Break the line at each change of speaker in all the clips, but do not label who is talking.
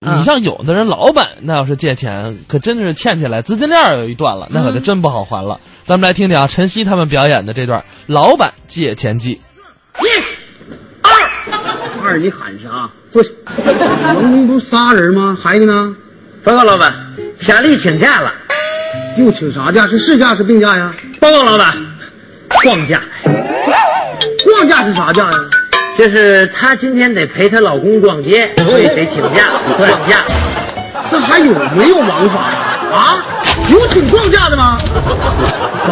你像有的人，老板那要是借钱，可真的是欠下来，资金链有一段了，那可就真不好还了。咱们来听听啊，晨曦他们表演的这段《老板借钱记》。
二，你喊啥？不是， 能不不仨人吗？还有一个呢？
报告老板，小丽请假了。
又请啥假？是事假是病假呀？
报告老板，放假，
逛假是啥假呀？
就是她今天得陪她老公逛街，所以得请假放假。
这还有没有王法呀？啊？有请逛假的吗？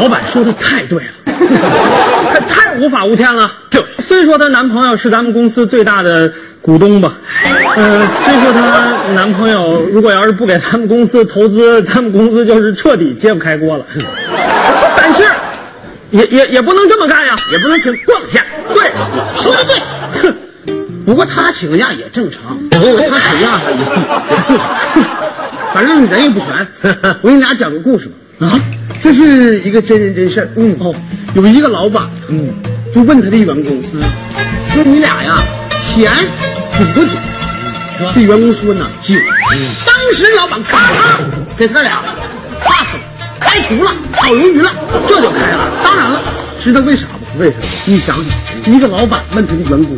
老板说的太对了，她太无法无天了。就是，虽说她男朋友是咱们公司最大的股东吧，呃，虽说她男朋友如果要是不给咱们公司投资，咱们公司就是彻底揭不开锅了。 但是，也也也不能这么干呀，也不能请逛假。对，
说的对。哼不过他请个假也正常，他请假也也 正常，反正人也不全。我给你俩讲个故事吧。啊，这是一个真人真事儿。嗯，哦，有一个老板，嗯，就问他的员工，嗯，说你俩呀，钱紧不紧？这员工说呢，紧。当时老板咔嚓给他俩打死了，开除了，炒鱿鱼了，这就开了。当然了，知道为啥不？为啥？你想想，一个老板问他的员工，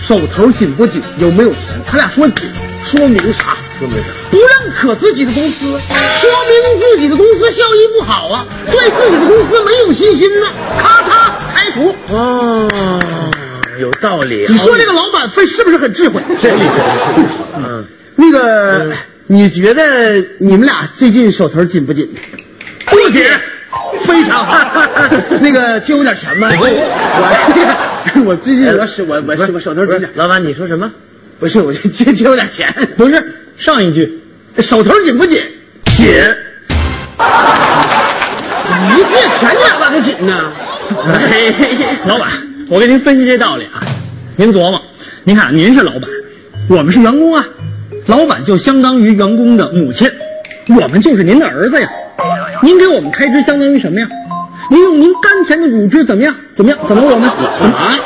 手头紧不紧，有没有钱？他俩说紧，说明啥？说明啥？不认可自己的公司，说明自己的公司效益不好啊，对自己的公司没有信心呢、咔嚓开除。
哦，有道理
你说这个老板费是不是很智慧？
这里真是，嗯，
那个，你觉得你们俩最近手头紧不紧？
不紧。
非常好。 那个借我点钱吧。我 我最近我手我我我手头紧点，
老板，你说什么？
不是我借借我点钱，
不是上一句
手头紧不紧？
紧，
你一借钱你俩咋就紧呢？
老板，我给您分析这道理啊，您琢磨，您看您是老板，我们是员工啊，老板就相当于员工的母亲，我们就是您的儿子呀。您给我们开支相当于什么呀？您用您甘甜的乳汁怎么样？怎么样？怎么我们？ 嗯
啊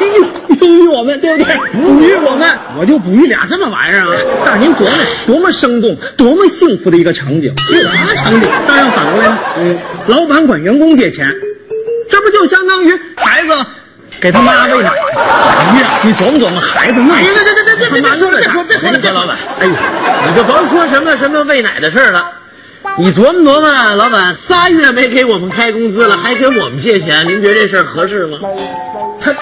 哺育我们，对不对？哺育我们。
我就不遇俩这么玩意儿啊！
但是您琢磨，多么生动，多么幸福的一个场景。
这啥场景？
当然反过来呢，老板管员工借钱，这不就相当于孩子给他妈喂奶？哎呀，你琢磨琢磨，孩子那
哎呀，别别别别别别说了，别说别说了，别说
老板
了。，
哎呦，你就甭说什么什么喂奶的事儿了。你琢磨琢磨，老板三月没给我们开工资了，还给我们借钱，您觉得这事儿合适吗？
他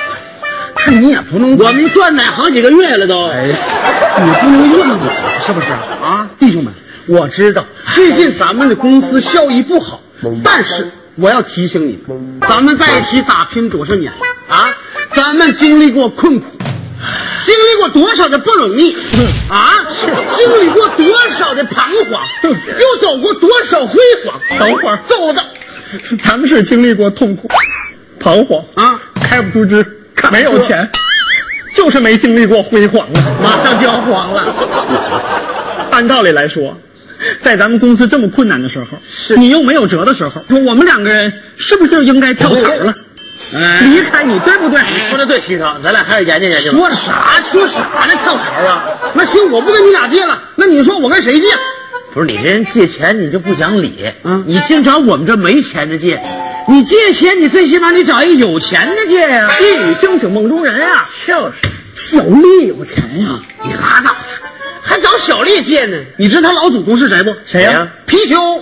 他你也不能，
我们断奶好几个月了都。
你不能怨我，是不是啊，弟兄们？我知道最近咱们的公司效益不好，但是我要提醒你们，咱们在一起打拼多少年了啊？咱们经历过困苦，经历过多少的不容易
嗯
啊？是经历过多少的彷徨，又走过多少辉煌？
嗯等会儿
走的
咱们是经历过痛苦、彷徨
啊，
开不出支，没有钱，就是没经历过辉煌啊，
马上就要黄了。
按道理来说，在咱们公司这么困难的时候，是你又没有辙的时候，我们两个人是不是就应该跳槽了，
哎
离开你，对不对？
说
的对，徐涛，咱俩还是研究研究
说啥说啥呢？跳槽啊？那行，我不跟你俩借了。那你说我跟谁借？
不是你这人借钱你就不讲理，
嗯
你净找我们这没钱的借，你借钱你最起码你找一有钱的借呀、一语惊醒梦中人啊！就是，
小丽有钱呀、
你拉倒，
还找小丽借呢？你知道他老祖宗是谁不？
谁呀
貔貅，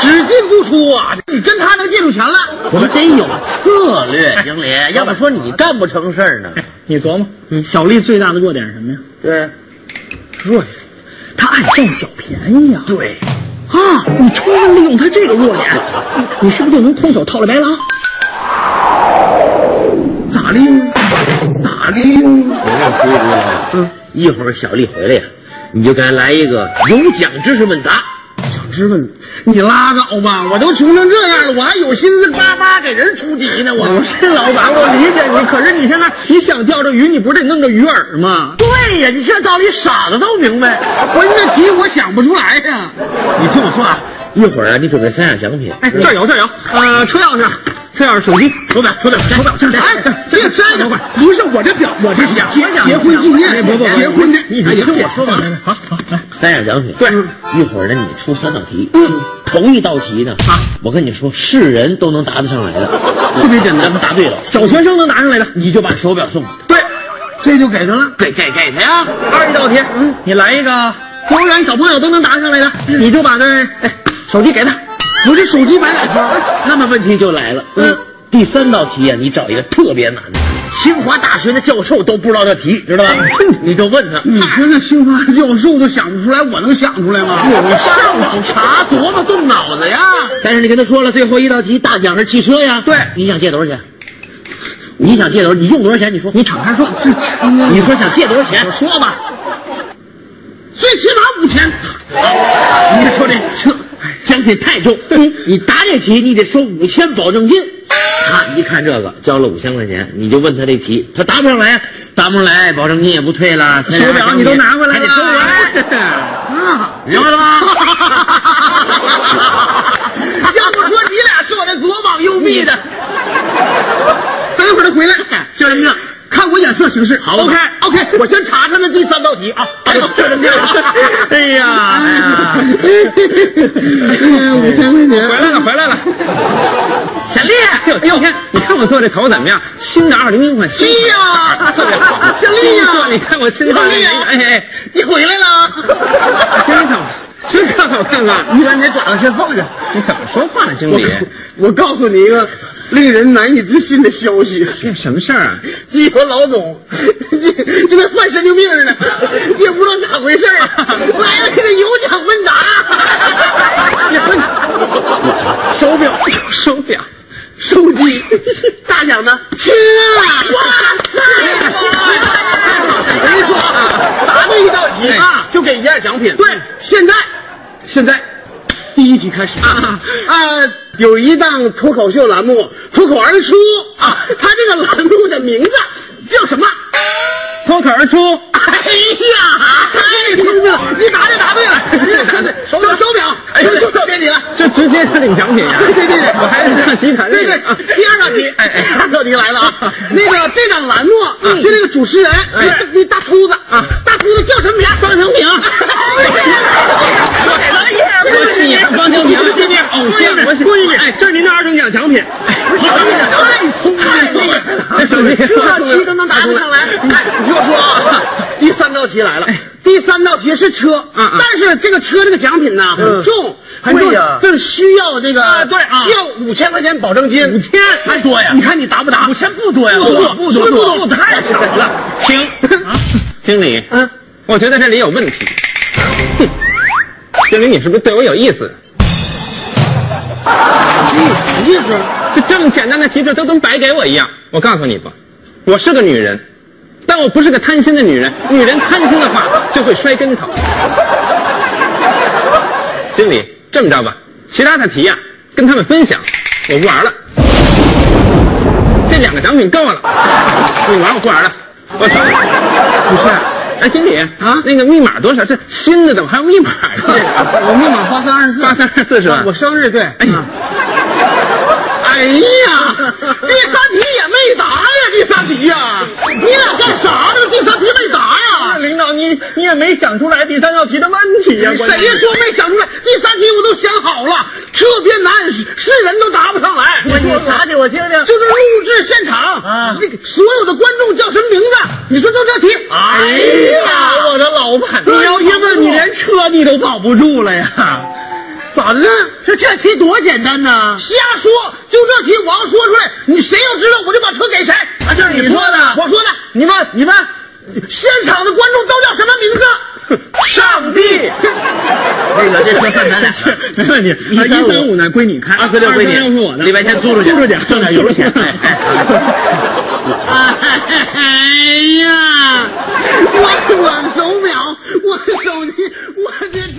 只进不出啊！你跟他能借出钱来？
我们得有
策
略，经理，
哎
要不说你干不成事儿呢。你琢磨，小丽最大的弱点是什么呀？
对，
弱点，她爱占小便宜呀、对，
啊，
你充分利用她这个弱点，你你是不是就能空手套了白狼？
咋的？咋的？
我跟你说一句啊，
嗯，
一会儿小丽回来呀，你就给她来一个有奖知识问答。
想知道你，你拉倒吧！我都穷成这样了，我还有心思叭叭给人出题呢？我
不是老板，我理解你，可是你现在你想钓这鱼，你不是得弄个鱼饵吗？
对呀，你这道理傻子都明白。不是那题我想不出来呀。
哎你听我说啊，一会儿啊，你准备三样奖品。哎，这儿有，这儿有，呃，车钥匙、这样手机
手表，手表，手表，这哎，别摘了， 不是我这表，我这想哎结结婚纪念，结婚的，哎呀，听我说吧，
好好来，
三样奖品。
对
一会儿呢，你出三道题。嗯，头一道题呢，
啊
我跟你说，是人都能答得上来的，
特别简单
咱们答对了，
小学生能拿上来的，
你就把手表送我。
对。
这就给他了。
给给给他呀！
二一道题，你来一个幼儿园小朋友都能答上来的，你就把那哎手机给他。
我这手机买哪条？
那么问题就来了，
嗯，
第三道题啊呀，你找一个特别难的，清华大学的教授都不知道这题，知道吧？
哎
你就问他，
你说那清华教授都想不出来，我能想出来吗？
啊我上网查，琢磨动脑子呀。但是你跟他说了，最后一道题大奖是汽车呀。
对
你想借多少钱？你想借多少？你用多少钱？你说，你敞开说，这车，你说想借多少钱？我说吧，
最起码五千。
你说这车奖品太重，你你答这题你得收五千保证金。啊他一看这个，交了五千块钱，你就问他这题，他答不上来，答不上来，保证金也不退了，钱也
手表你都拿回来
还
了，哎
得收回来。
啊！
明白了吗？
要不说你俩是我这左膀右臂的。等一会儿他回来，
就这么着。
看我眼色行事。
好
o k OK，我先查查那第三道题啊。哎呦，就这么样。
哎呀，哎呀
五千块
回
钱，
来了回 来了，小丽，哎呦哎呦，你看哎你看我做这头发怎么样？新的二零一款新
丽哎 呀，
特别好，
小丽
新做你
呀，
看我新做的，
丽呀
哎哎，
你回来了。
哎真好，真看好看看，
你把你这爪子先放下。
你怎么说话呢，经
我
理？
我告诉你一个令人难以置信的消息。
这什么事儿啊？
集合老总，这就跟患神经病似的，你也不知道咋回事儿，来了个有奖问
哎
答，手表、
手表。
手机，大奖呢？亲啊！哇塞！我跟你说啊，答对一道题
啊
就给一样奖品。
对
现在，现在。第一题开始啊啊！有一档脱口秀栏目脱口而出啊，它这个栏目的名字叫什么？
脱口而出，
哎呀，哎，聪明了，你答对答对了，答对答对，手手表，手手表给你了。
这直接就领奖品呀、
对对对，
我还得上集团
对
那
对
个啊，
第二道题，
哎哎
第二道题来了啊！那个这档栏目，就那个主持人，那那大秃子啊，大秃子叫什么名？方成平。
我是你方清平，今天偶像，我是闺女。哎，这是您的二等奖奖品。
太聪明了，这道题都能答得上来。哎，你听我说啊，第三道题来了，第三道题是车，但是这个车这个奖品呢很重，很重，这需要这个需要五千块钱保证金，五千太多呀！你看你答不答？五千不多呀，不多不多不多，太少了。
停，经理，
嗯，
我觉得这里有问题。哼，经理，你是不是对我有意思？
意思
就这么简单的题，这都跟白给我一样。我告诉你吧，我是个女人，但我不是个贪心的女人。女人贪心的话，就会摔跟头。经理，这么着吧，其他的题呀、跟他们分享，我不玩了。这两个奖品够了，你玩我不玩了。我说，不是，哎，经理
啊
那个密码多少？这新的怎么还有密码呢？
我密码八三二十 四，
八三二四是吧？
我生日对。 哎呀，第三题也没答呀，第三题呀，你俩干啥呢？第三题没答呀？
领导，你你也没想出来第三道题的问题呀、关键
谁说没想出来？第三题我都想好了，特别难，是是人都答不上来。
你啥给我听听？
就是录制现场啊，那个所有的观众叫什么名字？你说就这题。
哎呀，我的老板！你要因为你连车你都保不住了呀！
咋的呢？这这题多简单呐！瞎说，就这题我要说出来，你谁要知道我就把车给谁。啊，这是
你说的
我说的。
你们你们，
现场的观众都叫 什么名字？
上帝！
那个这车算 咱俩的。
没问题，一三五呢归你开，
二四六归你
二三六是我的，
礼拜天租出去
租出去
挣 点油钱哎
哎呀，我我手表，我手机，我这车。